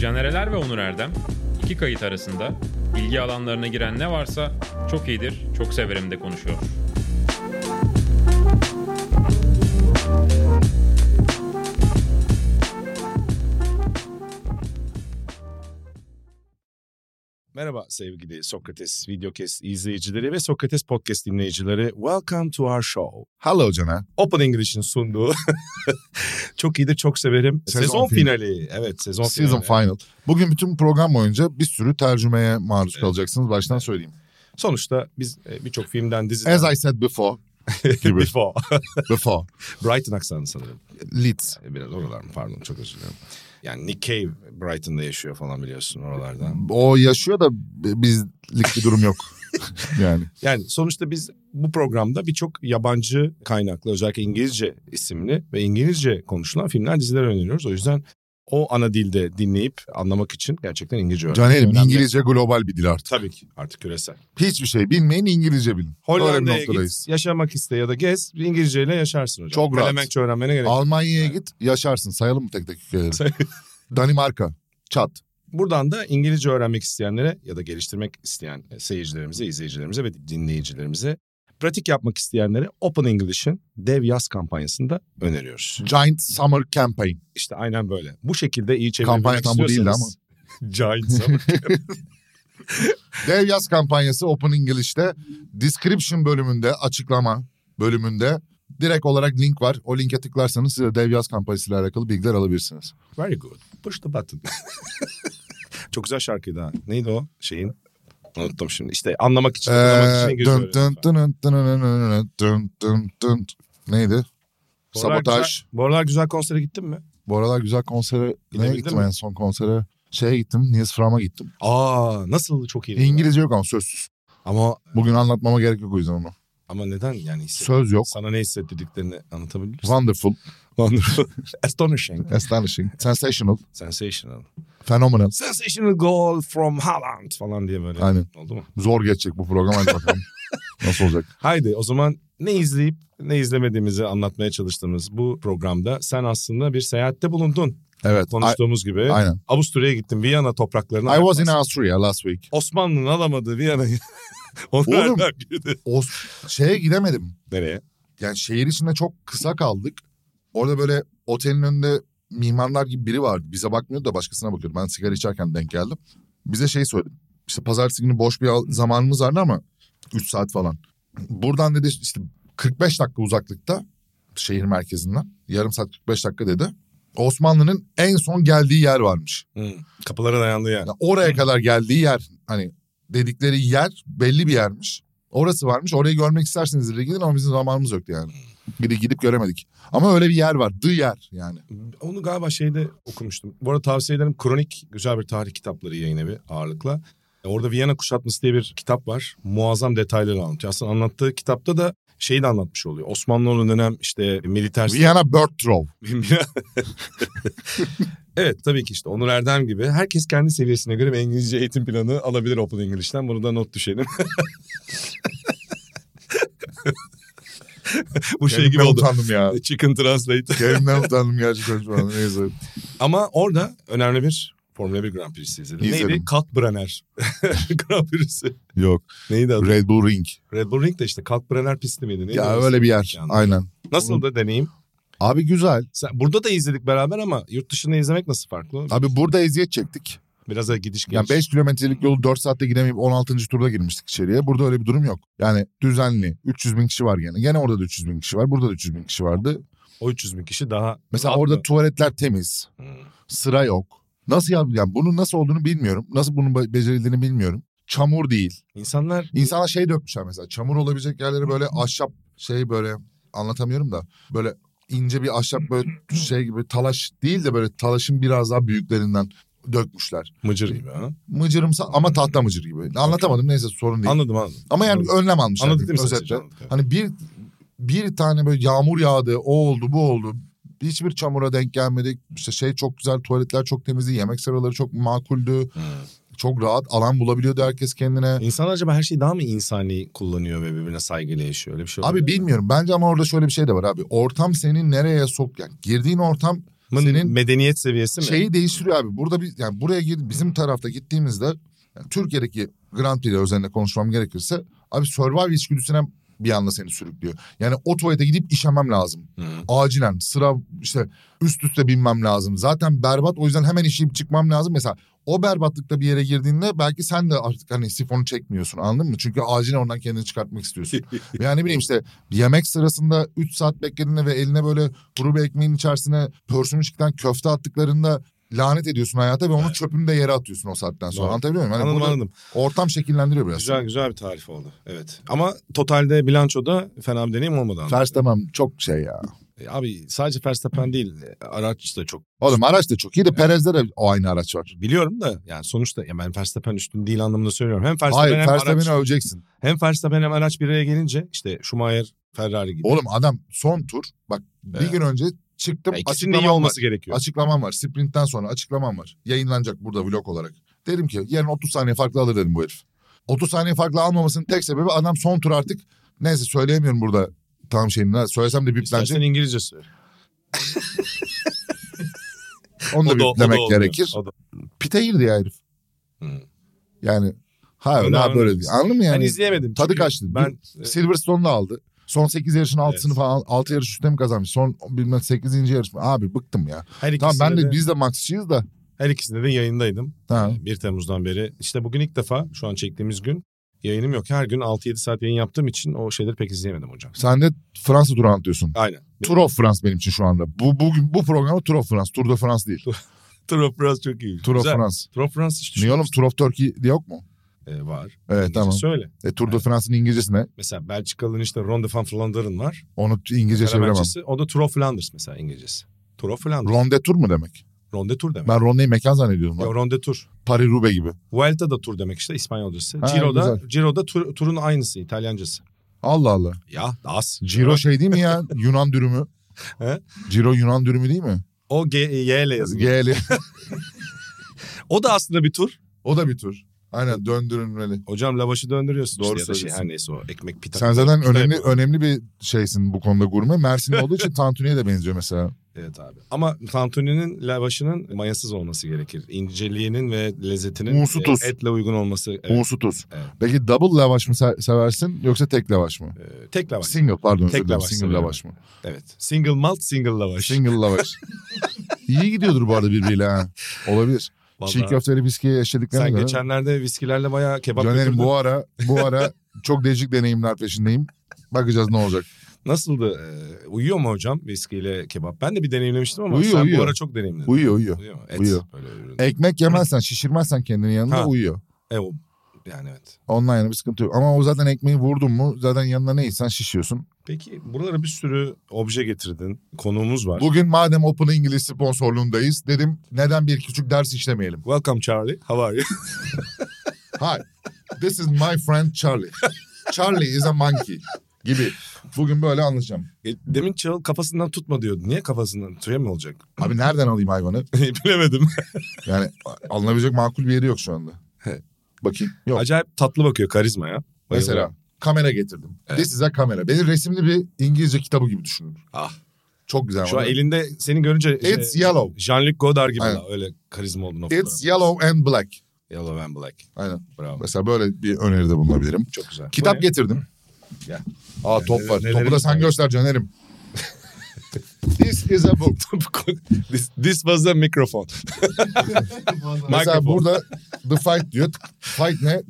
Caner Eler ve Onur Erdem iki kayıt arasında ilgi alanlarına giren ne varsa çok iyidir, çok severim de konuşuyor. Merhaba sevgili Sokrates Videocast izleyicileri ve Sokrates Podcast dinleyicileri. Welcome to our show. Hello Caner. Open English'in sunduğu. çok iyidir, çok severim. Sezon, Sezon finali. Evet, sezon Season finali. final. Bugün bütün program boyunca bir sürü tercümeye maruz kalacaksınız. Baştan söyleyeyim. Sonuçta biz e, birçok filmden, diziden... As I said before. gibi. Before. before. Brighton aksanı sanırım. Leeds. E, Biraz oralar mı? Pardon, çok özür dilerim. Yani Nick Cave Brighton'da yaşıyor falan biliyorsun oralarda. O yaşıyor da bizlik bir durum yok. yani. Yani sonuçta biz bu programda birçok yabancı kaynaklı özellikle İngilizce isimli ve İngilizce konuşulan filmler diziler öneriyoruz. O yüzden o ana dilde dinleyip anlamak için gerçekten İngilizce öğrenmek Caner'im önemli. İngilizce global bir dil artık. Tabii ki artık küresel. Hiçbir şey bilmeyin İngilizce bilin. Öyle bir Hollanda'ya noktadayız. git yaşamak iste ya da gez İngilizceyle yaşarsın hocam. Çok rahat. Kalemenkçe öğrenmene gerek. yok. Almanya'ya git yaşarsın. Sayalım mı tek tek ülkeleri? Say- Danimarka. Çat. Buradan da İngilizce öğrenmek isteyenlere ya da geliştirmek isteyen seyircilerimize, izleyicilerimize ve dinleyicilerimize pratik yapmak isteyenlere Open English'in dev yaz kampanyasını da öneriyoruz. Giant Summer Campaign. İşte aynen böyle. Bu şekilde iyi çevirebilmek Kampanya tam bu değildi istiyorsanız- Giants ama. Dev yaz kampanyası Open English'te description bölümünde açıklama bölümünde direkt olarak link var. O linke tıklarsanız size dev yaz kampanyasıyla alakalı bilgiler alabilirsiniz. Very good. Push the button. Çok güzel şarkıydı ha. Neydi o şeyin? Unuttum şimdi. İşte anlamak için, anlamak için Ee, İngilizce dın dın öğrenin. dın dın dın dın dın dın dın. Neydi? Bu aralar Sabotaj. güzel- Bu aralar güzel konsere gittin mi? Bu aralar güzel konsere neye Gidebildin gittim mi? en son konsere? Şeye gittim, Nils Fram'a gittim. Aa nasıl çok iyi. İngilizce yok ama sözsüz. Ama Bugün anlatmama gerek yok o yüzden onu. ama neden yani hisset- Söz yok. sana ne hissettirdiklerini anlatabilir misin? Wonderful, Wonderful. Astonishing. astonishing, sensational, Sensational. phenomenal. Sensational goal from Haaland falan diye böyle. Aynen. Oldu mu? Zor geçecek bu program. Hadi bakalım. Nasıl olacak? Haydi o zaman ne izleyip ne izlemediğimizi anlatmaya çalıştığımız bu programda sen aslında bir seyahatte bulundun. Evet. Konuştuğumuz gibi I- aynen. Avusturya'ya gittin Viyana topraklarına. I was in Austria last week. Osmanlı'nın alamadığı Viyana'yı. Oğlum. Onlar da girdi. O şeye gidemedim. Nereye? Yani şehir içinde çok kısa kaldık. Orada böyle otelin önünde mimarlar gibi biri vardı. Bize bakmıyordu da başkasına bakıyordu. Ben sigara içerken denk geldim. Bize şey söyledi. İşte pazartesi günü boş bir al- zamanımız vardı ama 3 saat falan. Buradan dedi işte 45 dakika uzaklıkta şehir merkezinden. Yarım saat 45 dakika dedi. Osmanlı'nın en son geldiği yer varmış. Hı. Kapılara dayandı yani. Yani Hani oraya kadar geldiği yer hani dedikleri yer belli bir yermiş. Orası varmış. Orayı görmek isterseniz de gidin ama bizim zamanımız yoktu yani. Gidip, gidip göremedik. Ama öyle bir yer var. The yer yani. Onu galiba şeyde okumuştum. Bu arada tavsiye ederim. Kronik güzel bir tarih kitapları yayın evi ağırlıkla. E, Orada Viyana Kuşatması diye bir kitap var. Muazzam detayları anlatıyor. Aslında anlattığı kitapta da şeyi de anlatmış oluyor. Osmanlı'nın dönem işte militer Viyana Bird Troll. Bilmiyorum. evet tabii ki işte Onur Erdem gibi herkes kendi seviyesine göre bir İngilizce eğitim planı alabilir Open English'ten. Bunu da not düşelim. Bu şey gibi oldu. utandım ya. Chicken Translate. Kendimden utandım gerçekten şu an. Neyse. Ama orada önemli bir Formula 1 Grand Prix'si izledim. İzledim. Neydi? Kalkbrenner Grand Prix'si. Yok. Neydi adı? Red Bull Ring. Red Bull Ring de işte Kalkbrenner pisti miydi? Neydi ya orası? öyle bir yer. Yani. Aynen. Nasıl da deneyim? Abi güzel. Sen, burada da izledik beraber ama yurt dışında izlemek nasıl farklı? Abi burada eziyet çektik. Biraz da gidiş geliş. Yani 5 kilometrelik yolu 4 saatte gidemeyip 16. turda girmiştik içeriye. Burada öyle bir durum yok. Yani düzenli 300 bin kişi var gene. Gene orada da 300 bin kişi var. Burada da 300 bin kişi vardı. O 300 bin kişi daha... Mesela rahat orada mı? tuvaletler temiz. Hmm. Sıra yok. Nasıl yap yani bunun nasıl olduğunu bilmiyorum. Nasıl bunun be- becerildiğini bilmiyorum. Çamur değil. İnsanlar İnsanlar şey dökmüşler mesela. Çamur olabilecek yerlere böyle Hmm. ahşap şey böyle anlatamıyorum da böyle ince bir ahşap böyle Hmm. şey gibi talaş değil de böyle talaşın biraz daha büyüklerinden dökmüşler. mıcır gibi ha. Mıcırımsa ama tahta mıcır gibi. Anlatamadım neyse sorun değil. Anladım anladım. Ama yani önlem almışlar. Anladık değil mi? sen Özetle. Seyirci? Anladık, evet. Hani bir bir tane böyle yağmur yağdı, o oldu, bu oldu. Hiçbir çamura denk gelmedik. İşte şey çok güzel, tuvaletler çok temizdi, yemek sıraları çok makuldü. Çok rahat alan bulabiliyordu herkes kendine. İnsanlar acaba her şeyi daha mı insani kullanıyor ve birbirine saygıyla yaşıyor? Öyle bir şey Abi olabilir mi? bilmiyorum. Bence ama orada şöyle bir şey de var abi. Ortam seni nereye sok... Yani girdiğin ortam Senin Senin medeniyet seviyesi mi? Şeyi değiştiriyor abi. Burada biz yani buraya gir bizim tarafta gittiğimizde yani Türkiye'deki Grand Prix özelinde konuşmam gerekirse abi survival içgüdüsüne bir anda seni sürüklüyor. Yani o tuvalete gidip işemem lazım. Hı. Acilen sıra işte üst üste binmem lazım. Zaten berbat o yüzden hemen işeyip çıkmam lazım. Mesela o berbatlıkta bir yere girdiğinde belki sen de artık hani sifonu çekmiyorsun anladın mı? Çünkü acilen oradan kendini çıkartmak istiyorsun. yani ne bileyim işte yemek sırasında 3 saat beklediğinde ve eline böyle kuru bir ekmeğin içerisine pörsümüşlükten köfte attıklarında lanet ediyorsun hayata ve onun çöpünü de yere atıyorsun o saatten sonra. Doğru. Anlatabiliyor muyum? Hani Anladım burada anladım. ortam şekillendiriyor biraz. Güzel güzel bir tarif oldu. Evet. Ama totalde bilançoda fena bir deneyim olmadı. anladım. Fers demem çok şey ya. E, Abi sadece Verstappen değil e, araç da çok. Oğlum araç da çok iyi de Perez'de de o aynı araç var. Biliyorum da yani sonuçta ya ben Verstappen üstün değil anlamında söylüyorum. Hem Verstappen Hayır hem araç. Verstappen'i öveceksin. Hem Verstappen hem araç bir araya gelince işte Schumacher, Ferrari gibi. Oğlum adam son tur bak bir Evet. gün önce çıktım Ya İkisinin de iyi açıklamam var. olması gerekiyor. Açıklamam var. Sprintten sonra açıklamam var. Yayınlanacak burada vlog olarak. Derim ki yarın 30 saniye farklı alır dedim bu herif. 30 saniye farklı almamasının tek sebebi adam son tur artık neyse söyleyemiyorum burada tam şeyini. Söylesem İstersen de biplenecek. İngilizce söyle. Onu da O da- o da biplemek olmuyor. gerekir. O da- Pite girdi ya herif. Hı. Yani ha Öyle öyle ha böyle anladınız. diyor. Anladın mı Ben yani? izleyemedim. tadı Çünkü kaçtı. Ben e, Silverstone'da aldı. Son 8 yarışın altısını Evet. falan 6 yarış üstte mi kazanmış? Son bilmem 8. yarış mı? Abi bıktım ya. her ikisinde, Tamam ben de, de, biz de Max'çıyız da. her ikisinde de yayındaydım. Ha. 1 Temmuz'dan beri. İşte bugün ilk defa şu an çektiğimiz gün yayınım yok. Her gün 6-7 saat yayın yaptığım için o şeyleri pek izleyemedim hocam. Sen de Fransa turu anlatıyorsun. Aynen. Tour of France benim için şu anda. Bu bugün bu programı Tour of France, Tour de France değil. Tour of France çok iyi. Tour of Güzel. France. Tour of France hiç Niye oğlum Tour of Turkey diye yok mu? düşün- Ee, var. Evet İngilizce tamam. Söyle. E, Tour de France'ın İngilizcesi ne? Mesela Belçikalı'nın işte Ronde van Vlaanderen'ın var. Onu İngilizce çeviremem. Fenerbahçesi. O da Tour of Flanders mesela İngilizcesi. Tour of Flanders. Ronde Tour mu demek? Ronde Tour demek. Ben Ronde'yi mekan zannediyorum. Ya lan. Ronde Tour. Paris Roubaix gibi. Vuelta da tur demek işte İspanyolcası. Ha, Giro'da, güzel. Giro'da tur- turun aynısı İtalyancası. Allah Allah. Ya az. Ciro şey değil mi ya? Yunan dürümü. He? Ciro Yunan dürümü değil mi? O G, Y ile yazılıyor. GL. O da aslında bir tur. O da bir tur. Aynen döndürülmeli. Hocam lavaşı döndürüyorsun. Doğru işte ya da şey, söylüyorsun. her neyse o ekmek pita. Sen zaten pita önemli yapıyorsun. önemli bir şeysin bu konuda gurme. Mersin olduğu için Tantuni'ye de benziyor mesela. Evet abi. Ama tantuninin lavaşının mayasız olması gerekir. İnceliğinin ve lezzetinin Unsu e, tuz. etle uygun olması. e, Evet. Unsu tuz. Evet. Peki double lavaş mı se- seversin yoksa tek lavaş mı? E, tek lavaş. Single pardon Tek özür dilerim. lavaş Single seviyorum. lavaş mı? evet. Single malt, single lavaş. Single lavaş. İyi gidiyordur bu arada birbiriyle ha. Olabilir. Vallahi Çiğ köfteli bisküvi eşlediklerine Sen göre. geçenlerde viskilerle bayağı kebap Caner'im götürdün. bu ara bu ara çok değişik deneyimler peşindeyim. Bakacağız ne olacak. Nasıldı? Ee, uyuyor mu hocam viskiyle kebap? Ben de bir deneyimlemiştim ama Uyuyor, sen bu uyuyor. ara çok deneyimledin. Uyuyor uyuyor. Uyuyor mu? Et. Uyuyor. Böyle ürün. Ekmek yemezsen şişirmezsen kendini yanında Ha. uyuyor. E, o- yani evet. Ondan yana bir sıkıntı yok. Ama o zaten ekmeği vurdun mu zaten yanına ne yiysen şişiyorsun. Peki buralara bir sürü obje getirdin. Konuğumuz var. Bugün madem Open İngiliz sponsorluğundayız dedim neden bir küçük ders işlemeyelim. Welcome Charlie. How are you? Hi, this is my friend Charlie. Charlie is a monkey gibi. Bugün böyle anlatacağım. E, Demin çal kafasından tutma diyordu. Niye kafasından? Tüye mi olacak? Abi nereden alayım hayvanı? Bilemedim. Yani alınabilecek makul bir yeri yok şu anda. He. Bakayım. Yok. Acayip tatlı bakıyor karizma ya. Mesela Bayılıyorum. kamera getirdim. Evet. This is a kamera. Benim resimli bir İngilizce kitabı gibi düşünün. Ah. Çok güzel. Şu var, an değil mi? elinde seni görünce... e, It's yellow. Jean-Luc Godard gibi Aynen. la, öyle karizma oldun. o It's fotoğrafta. yellow and black. Yellow and black. Aynen. Bravo. Mesela böyle bir öneride bulunabilirim. Çok güzel. Kitap Bu ne? getirdim. Gel. Ee, Aa top neler- var. neler- Topu da sen neler- göster Caner'im. This is a book. this, this was the microphone. Mesela Mikrofon. burada the fight diyor. Fight ne?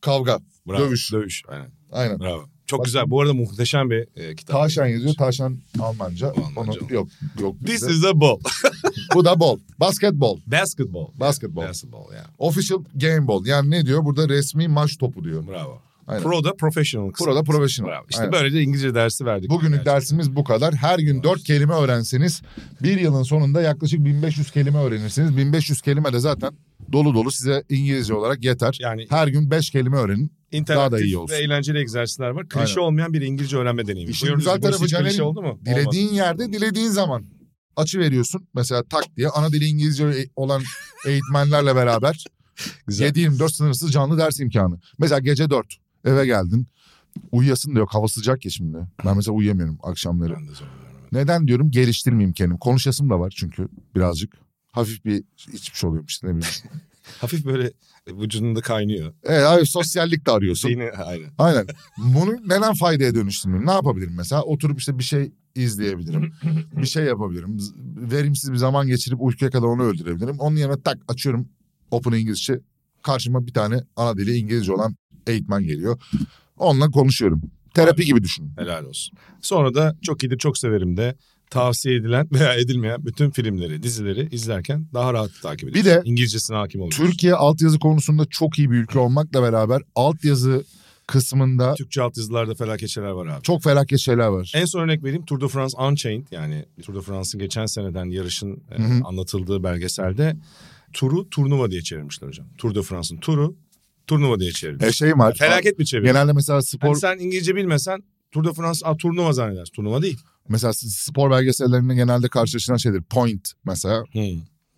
Kavga. Bravo. Dövüş. Dövüş. Aynen. Aynen. Bravo. Çok Bak- güzel. Bu arada muhteşem bir e, kitap. Tavşan yazıyor. Tavşan Almanca. O Almanca Onu, olmaz. yok. yok This bizde. is a ball. Bu da bol. Basketbol. Basketball. Basketball. Basketball ya. Official game ball. Yani ne diyor? Burada resmi maç topu diyor. Bravo. Aynen. Pro da professional kısmı. Pro da professional. Bravo. İşte Aynen. böylece İngilizce dersi verdik. Bugünlük Gerçekten. dersimiz bu kadar. Her gün dört kelime öğrenseniz bir yılın sonunda yaklaşık 1500 kelime öğrenirsiniz. 1500 kelime de zaten dolu dolu size İngilizce olarak yeter. Yani Her gün beş kelime öğrenin. interaktif daha da iyi olsun. ve eğlenceli egzersizler var. Klişe Aynen. olmayan bir İngilizce öğrenme deneyimi. İşin Buyurun, güzel bu tarafı sizin Caner'in klişe oldu mu? Dilediğin Olmadı. yerde, dilediğin zaman açı veriyorsun. Mesela tak diye ana dili İngilizce e- olan eğitmenlerle beraber Güzel. 7-24 sınırsız canlı ders imkanı. Mesela gece 4 eve geldin. Uyuyasın diyor. Hava sıcak ya şimdi. Ben mesela uyuyamıyorum akşamları. Ben de zorlanıyorum. Neden diyorum geliştirmeyeyim kendim. Konuşasım da var çünkü birazcık. Hafif bir içmiş oluyorum işte ne bileyim. Hafif böyle vücudunda kaynıyor. Evet abi sosyallik de arıyorsun. Şeyini, aynen. Aynen. Bunu neden faydaya dönüştürmeyeyim? Ne yapabilirim mesela? Oturup işte bir şey izleyebilirim. bir şey yapabilirim. Z- Verimsiz bir zaman geçirip uykuya kadar onu öldürebilirim. Onun yerine tak açıyorum Open İngilizce. Karşıma bir tane ana dili İngilizce olan eğitmen geliyor. Onunla konuşuyorum. Terapi gibi düşünün. Helal olsun. Sonra da çok iyidir çok severim de tavsiye edilen veya edilmeyen bütün filmleri, dizileri izlerken daha rahat takip ediyorsun. Bir de İngilizcesine hakim oluyorsun. Türkiye altyazı konusunda çok iyi bir ülke olmakla beraber altyazı kısmında Türkçe alt yazılarda felaket şeyler var abi. çok felaket şeyler var. En son örnek vereyim Tour de France Unchained yani Tour de France'ın geçen seneden yarışın e, Hı hı. anlatıldığı belgeselde turu turnuva diye çevirmişler hocam. Tour de France'ın turu turnuva diye çevirmiş. E şey var. Felaket Hani bir çeviri. Genelde mesela Yani spor sen İngilizce bilmesen Tour de France a, turnuva zannedersin. Turnuva değil. mesela spor belgesellerinde genelde karşılaşılan şeydir. Point mesela.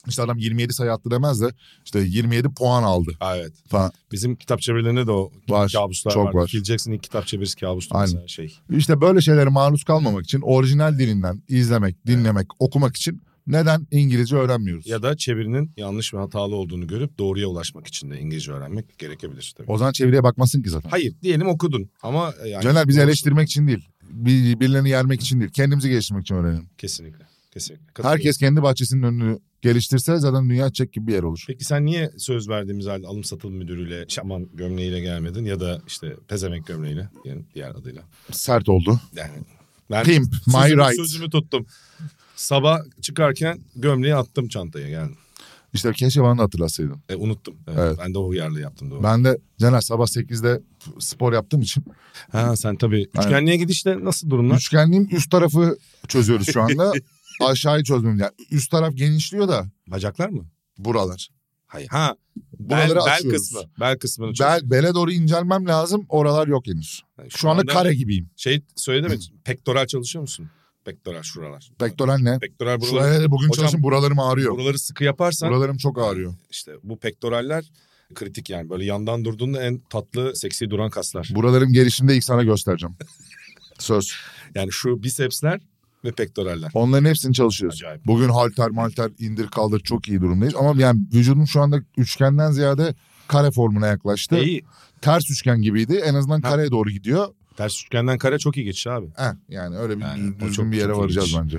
İşte adam 27 sayı attı demez de işte 27 puan aldı Ha, evet. falan. Bizim kitap çevirilerinde de o Var. kabuslar çok var. var. Bileceksin ilk kitap çevirisi kabustu Aynen. mesela şey. İşte böyle şeylere maruz kalmamak için orijinal dilinden izlemek, dinlemek, okumak için neden İngilizce öğrenmiyoruz? Ya da çevirinin yanlış ve hatalı olduğunu görüp doğruya ulaşmak için de İngilizce öğrenmek gerekebilir tabii. O zaman çeviriye bakmasın ki zaten. Hayır diyelim okudun ama e, yani Caner bizi doğrusu- eleştirmek için değil. bir- Birilerini yermek için değil. Kendimizi geliştirmek için öğrenelim. Kesinlikle. Kesinlikle. Katılıyorum. Herkes kendi bahçesinin önünü geliştirse zaten dünya çiçek gibi bir yer olur. Peki sen niye söz verdiğimiz halde alım satım müdürüyle şaman gömleğiyle gelmedin ya da işte pezemek gömleğiyle diyelim diğer adıyla. Sert oldu. Yani ben Pimp, my sözümü, right. sözümü tuttum. Sabah çıkarken gömleği attım çantaya geldim. İşte keşke bana da hatırlatsaydın. E, unuttum. Evet, Evet. Ben de o uyarlı yaptım doğru. Ben de Caner sabah 8'de spor yaptığım için Ha sen tabii Aynen. üçgenliğe gidişte nasıl durumlar? üçgenliğin üst tarafı çözüyoruz şu anda. Aşağıyı çözmemiz. Yani üst taraf genişliyor da Bacaklar mı? buralar. Hayır. Ha bel, Buraları bel açıyoruz. kısmı. Bel kısmını çok. Bel, bele doğru incelmem lazım. Oralar yok henüz. Yani Şu anda kare gibiyim. Şey söyledi mi? Pektoral çalışıyor musun? Pektoral şuralar. Pektoral ne? Pektoral buraları, Şuraya bugün Hocam, çalışın buralarım ağrıyor. buraları sıkı yaparsan Buralarım çok ağrıyor. İşte bu pektoraller kritik yani. Böyle yandan durduğunda en tatlı, seksi duran kaslar. Buralarım gelişimde ilk sana göstereceğim. Söz. Yani şu bisepsler ve pektoraller. Onların hepsini çalışıyoruz. Acayip. Bugün halter malter indir kaldır çok iyi durumdayız. Ama yani vücudum şu anda üçgenden ziyade kare formuna yaklaştı. İyi. Ters üçgen gibiydi. En azından Ha. kareye doğru gidiyor. Ters üçgenden kare çok iyi geçiş abi. Heh, yani öyle bir Yani düz- o düzgün çok- bir yere çok varacağız ilginç. bence.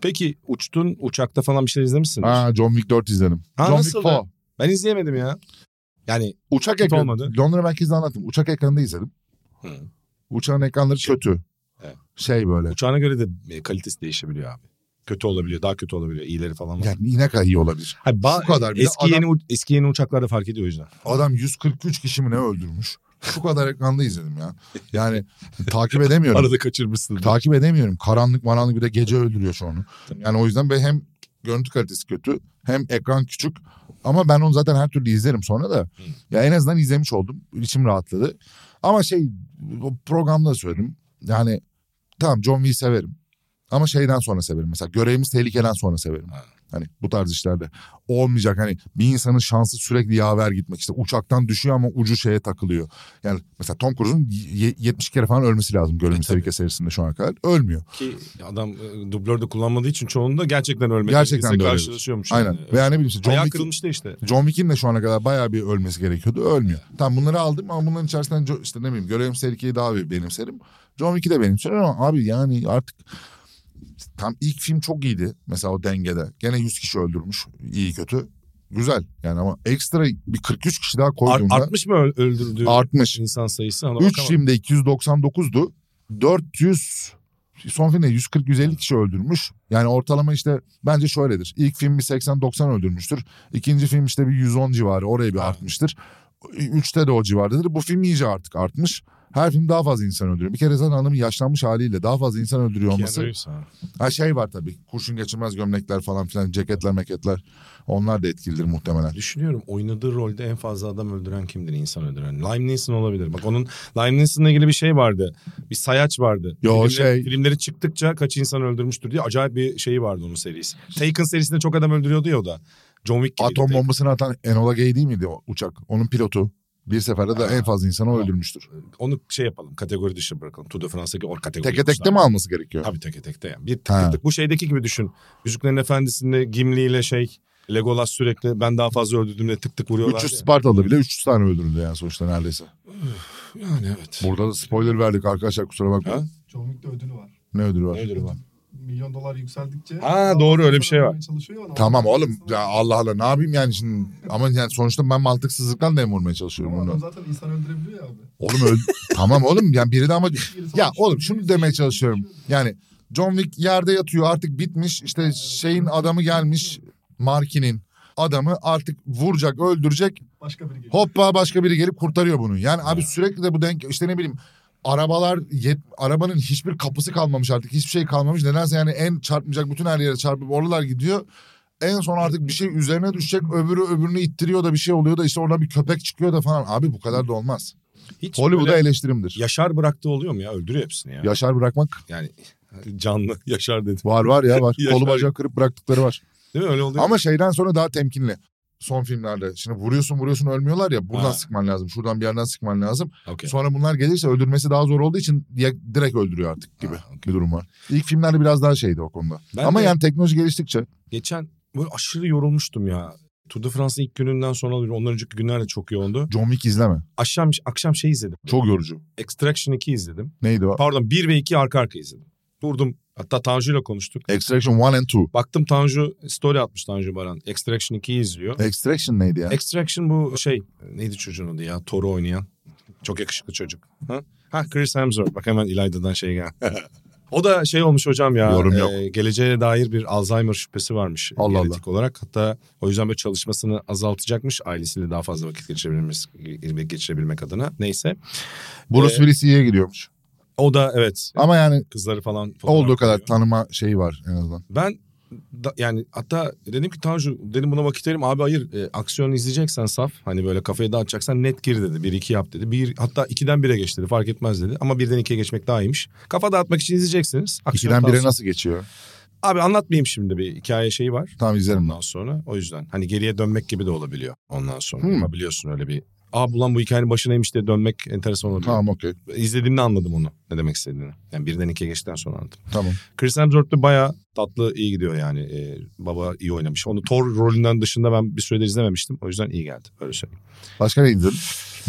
Peki uçtun uçakta falan bir şey izlemişsin. Ha, John Wick 4 izledim. Ha, John nasıl Wick 4. be? Ben izleyemedim ya. Yani Uçak Kötü ekranı. olmadı. Londra merkezde anlattım. Uçak ekranında izledim. Hı. Uçağın ekranları kötü. Evet. Şey böyle. uçağına göre de e, kalitesi değişebiliyor abi. Kötü olabiliyor, daha kötü olabiliyor. İyileri falan var. Yani yine kadar iyi olabilir. Hayır, ba- bu kadar bile eski adam- yeni u- eski yeni uçaklarda fark ediyor o yüzden. Adam 143 kişi mi ne öldürmüş? Şu kadar ekranda izledim ya. Yani takip edemiyorum. Arada kaçırmışsın. takip edemiyorum. Karanlık maranlık bir de gece öldürüyor şu onu. Tabii. Yani o yüzden ben hem görüntü kalitesi kötü hem ekran küçük. Ama ben onu zaten her türlü izlerim sonra da. Ya en azından izlemiş oldum. İçim rahatladı. Ama şey o programda da söyledim. Yani tamam John Wick'i severim. Ama şeyden sonra severim. Mesela görevimiz tehlikeden sonra severim. Ha. Hani bu tarz işlerde olmayacak hani bir insanın şansı sürekli yaver gitmek işte uçaktan düşüyor ama ucu şeye takılıyor. Yani mesela Tom Cruise'un ye- 70 kere falan ölmesi lazım görevimiz tabii. tehlike serisinde şu ana kadar. Ölmüyor. Ki adam e, dublör de kullanmadığı için çoğunda gerçekten ölme Gerçekten tehlikesiyle de öyle. karşılaşıyormuş. Aynen. Yani. Veya ne bileyim işte John Ayağı Wick- kırılmıştı işte. John Wick'in de şu ana kadar bayağı bir ölmesi gerekiyordu. Ölmüyor. Tamam bunları aldım ama bunların içerisinden Jo- işte ne bileyim görevim tehlikeyi daha bir benimserim. John Wick'i de benimserim ama abi yani artık tam ilk film çok iyiydi. Mesela o dengede. Gene 100 kişi öldürmüş. İyi kötü. Güzel yani ama ekstra bir 43 kişi daha Ar- koyduğunda artmış mı ö- öldürdüğü artmış. insan sayısı? Ona 3 bakamadım. filmde 299'du. 400 son filmde 140-150 kişi öldürmüş. Yani ortalama işte bence şöyledir. İlk film bir 80-90 öldürmüştür. İkinci film işte bir 110 civarı oraya bir Ha. artmıştır. Üçte de o civardadır. Bu film iyice artık artmış. Her film daha fazla insan öldürüyor. Bir kere zaten hanım yaşlanmış haliyle daha fazla insan öldürüyor Keanu olması. Reeves, ha. Ha şey var tabii. Kurşun geçirmez gömlekler falan filan ceketler meketler. Onlar da etkilidir muhtemelen. Düşünüyorum oynadığı rolde en fazla adam öldüren kimdir insan öldüren? Liam Neeson olabilir. Bak onun Liam Neeson'la ilgili bir şey vardı. Bir sayaç vardı. Yo, Filmleri- şey- Filmleri çıktıkça kaç insan öldürmüştür diye acayip bir şeyi vardı onun serisi. Taken serisinde çok adam öldürüyordu ya o da. John Wick gibiydi. Atom bombasını atan Enola Gay değil miydi o uçak? Onun pilotu. Bir seferde de en fazla insanı o Tamam. öldürmüştür. Onu şey yapalım kategori dışı bırakalım. Tour de France'daki or kategori. Teke tekte mi alması gerekiyor? Tabii teke tekte yani. Bir tık Ha. tık tık. Bu şeydeki gibi düşün. Yüzüklerin Efendisi'nde Gimli ile şey Legolas sürekli ben daha fazla öldürdüğümde tık tık vuruyorlar. 300 Spartalı bile 300 tane öldürüldü yani sonuçta neredeyse. Yani evet. Burada da spoiler verdik arkadaşlar kusura bakmayın. Ha? John Wick'te ödülü var. Ne ödülü var? Öldürü var. Milyon dolar yükseldikçe... Ha, doğru, öyle bir şey var. Kazanmaya çalışıyor ya, ama- Tamam oğlum ya Allah Allah ne yapayım yani şimdi ama yani sonuçta ben mantıksızlıktan da em vurmaya çalışıyorum Ama adam bunu. zaten insan öldürebiliyor ya abi. Oğlum öl tamam oğlum yani biri de ama Gerisi ya olmuş. oğlum şunu demeye çalışıyorum. Yani John Wick yerde yatıyor artık bitmiş işte şeyin adamı gelmiş Markin'in adamı artık vuracak öldürecek Başka biri geliyor. hoppa başka biri gelip kurtarıyor bunu. Yani abi sürekli de bu denk işte ne bileyim arabalar yet, arabanın hiçbir kapısı kalmamış artık hiçbir şey kalmamış. Nedense yani en çarpmayacak bütün her yere çarpıp oralar gidiyor. En son artık bir şey üzerine düşecek öbürü öbürünü ittiriyor da bir şey oluyor da işte oradan bir köpek çıkıyor da falan. Abi bu kadar da olmaz. Hiç Hollywood'a böyle eleştirimdir. Yaşar bıraktığı oluyor mu ya? Öldürüyor hepsini ya. Yaşar bırakmak Yani canlı Yaşar dedi. Var var ya var. Yaşar. Kolu bacağı kırıp bıraktıkları var. Değil mi öyle oluyor? Ama şeyden sonra daha temkinli. Son filmlerde. Şimdi vuruyorsun vuruyorsun ölmüyorlar ya. Buradan Ha. sıkman lazım. Şuradan bir yerden sıkman lazım. Okey. Sonra bunlar gelirse öldürmesi daha zor olduğu için ya- direkt öldürüyor artık gibi Ha, bir durum var. İlk filmlerde biraz daha şeydi o konuda. Ben Ama de- yani teknoloji geliştikçe Geçen böyle aşırı yorulmuştum ya. Tour de France'ın ilk gününden sonra ondan önceki günler de çok yoğundu. John Wick izleme. Akşam akşam şey izledim. Çok yorucu. Extraction 2 izledim. Neydi o? Pardon 1 ve 2 arka arka izledim. Durdum. Hatta Tanju'yla konuştuk. Extraction 1 and 2. Baktım Tanju story atmış Tanju Baran. Extraction 2'yi izliyor. Extraction neydi ya? Extraction bu şey neydi çocuğun adı ya? Thor'u oynayan. Çok yakışıklı çocuk. Ha, ha Chris Hemsworth. Bak hemen İlayda'dan şey gel. o da şey olmuş hocam ya. Yorum yok. geleceğe dair bir Alzheimer şüphesi varmış. Allah Allah. genetik olarak. Hatta o yüzden böyle çalışmasını azaltacakmış. Ailesiyle daha fazla vakit geçirebilmek, geçirebilmek adına. Neyse. Bruce Ee, Willis iyiye gidiyormuş. O da evet. Ama yani Kızları falan. fotoğraf olduğu kadar koyuyor. tanıma şeyi var en azından. Ben da- yani hatta dedim ki Tanju dedim buna vakit ayırayım abi hayır e, aksiyon izleyeceksen saf hani böyle kafayı dağıtacaksan net gir dedi 1 2 yap dedi. Bir hatta 2'den 1'e geç dedi fark etmez dedi ama 1'den 2'ye geçmek daha iyiymiş. Kafa dağıtmak için izleyeceksiniz. Aksiyon İkiden bire tavsiye- nasıl geçiyor? Abi anlatmayayım şimdi bir hikaye şeyi var Tamam izlerim lan. ondan sonra o yüzden hani geriye dönmek gibi de olabiliyor ondan sonra. Hmm. Ama biliyorsun öyle bir Aa ulan bu hikayenin başınaymış diye dönmek enteresan olabilir. Tamam okey. İzlediğimde anladım onu. Ne demek istediğini. Yani birden ikiye geçtikten sonra anladım. Tamam. Chris Hemsworth de bayağı tatlı iyi gidiyor yani. Ee, baba iyi oynamış. Onu Thor rolünden dışında ben bir süredir izlememiştim. O yüzden iyi geldi. Öyle söyleyeyim. Başka ne izledin?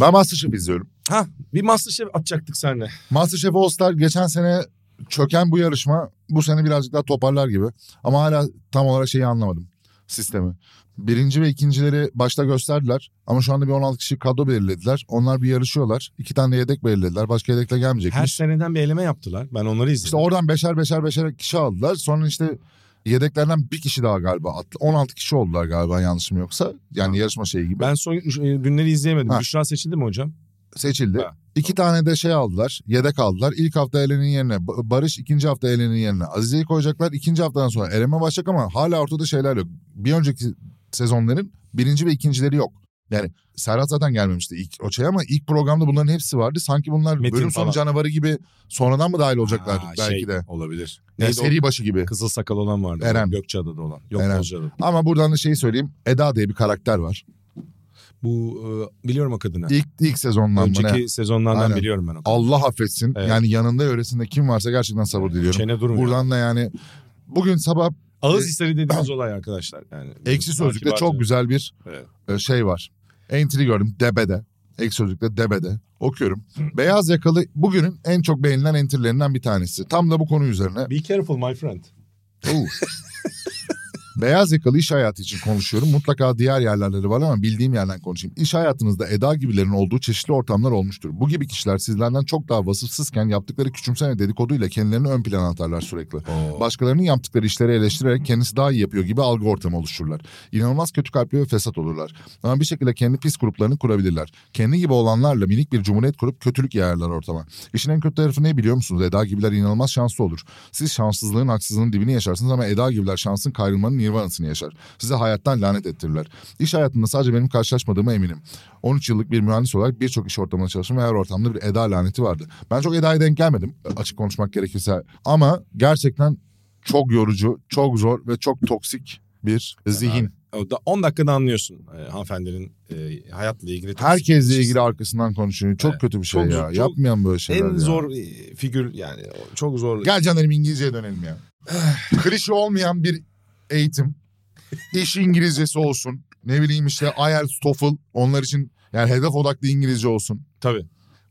Ben Masterchef izliyorum. Ha bir Masterchef atacaktık seninle. Masterchef All Star geçen sene çöken bu yarışma bu sene birazcık daha toparlar gibi. Ama hala tam olarak şeyi anlamadım sistemi. Birinci ve ikincileri başta gösterdiler ama şu anda bir 16 kişi kadro belirlediler. Onlar bir yarışıyorlar. İki tane de yedek belirlediler. Başka yedekle Her gelmeyecekmiş. seneden bir eleme yaptılar. Ben onları izledim. İşte oradan beşer beşer beşer kişi aldılar. Sonra işte yedeklerden bir kişi daha galiba attı. 16 kişi oldular galiba yanlışım yoksa. Yani yarışma şeyi gibi. Ben son e, günleri izleyemedim. Ha. Büşra seçildi mi hocam? seçildi. Ha, İki tane de şey aldılar. Yedek aldılar. İlk hafta Elen'in yerine Ba- Barış, ikinci hafta Elen'in yerine Azize'yi koyacaklar. İkinci haftadan sonra Eren'e başlayacak ama hala ortada şeyler yok. Bir önceki sezonların birinci ve ikincileri yok. Yani Serhat zaten gelmemişti ilk o şey ama ilk programda bunların hepsi vardı. Sanki bunlar Metin bölüm sonu falan. canavarı gibi sonradan mı dahil olacaklar Ha, belki şey de. Yani Olabilir. Neydi o? seri başı gibi. Kızıl sakal olan vardı. Eren. Gökçeada'da olan. Yok Eren. Bozcaada'da. Ama buradan da şeyi söyleyeyim. Eda diye bir karakter var. Bu e, biliyorum o kadını. İlk ilk sezondan mı ne? Önceki sezonlardan Aynen. biliyorum ben o kadını. Allah affetsin. Evet. Yani yanında yöresinde kim varsa gerçekten sabır diliyorum. Çene durmuyor. Buradan da yani bugün sabah Ağız hisleri dediğimiz olay arkadaşlar. Yani Ekşi Sözlük'te çok güzel bir Evet. e, şey var. Entry gördüm debede. Ekşi Sözlük'te debede. Okuyorum. Beyaz yakalı bugünün en çok beğenilen entry'lerinden bir tanesi. Tam da bu konu üzerine. Be careful my friend. Oo. Beyaz yakalı iş hayatı için konuşuyorum. Mutlaka diğer yerlerde de var ama bildiğim yerden konuşayım. İş hayatınızda Eda gibilerin olduğu çeşitli ortamlar olmuştur. Bu gibi kişiler sizlerden çok daha vasıfsızken yaptıkları küçümseme dedikoduyla kendilerini ön plana atarlar sürekli. Başkalarının yaptıkları işleri eleştirerek kendisi daha iyi yapıyor gibi algı ortamı oluştururlar. İnanılmaz kötü kalpli ve fesat olurlar. Ama bir şekilde kendi pis gruplarını kurabilirler. Kendi gibi olanlarla minik bir cumhuriyet kurup kötülük yayarlar ortama. İşin en kötü tarafı ne biliyor musunuz? Eda gibiler inanılmaz şanslı olur. Siz şanssızlığın haksızlığın dibini yaşarsınız ama Eda gibiler şansın kayrılmanın nirvanasını yaşar. Size hayattan lanet ettirirler. İş hayatında sadece benim karşılaşmadığıma eminim. 13 yıllık bir mühendis olarak birçok iş ortamında çalıştım ve her ortamda bir Eda laneti vardı. Ben çok Eda'ya denk gelmedim açık konuşmak gerekirse. Ama gerçekten çok yorucu, çok zor ve çok toksik bir zihin. O da 10 dakikada anlıyorsun e, hanımefendinin e, hayatla ilgili. Herkesle ilgili arkasından konuşuyor. Çok Evet. kötü bir şey Çok ya. zor, çok- Yapmayan böyle şeyler en ya. zor e, figür yani o çok zor. Gel canlarım İngilizceye dönelim ya. Klişe olmayan bir eğitim. İş İngilizcesi olsun. Ne bileyim işte IELTS, TOEFL. Onlar için yani hedef odaklı İngilizce olsun. Tabii.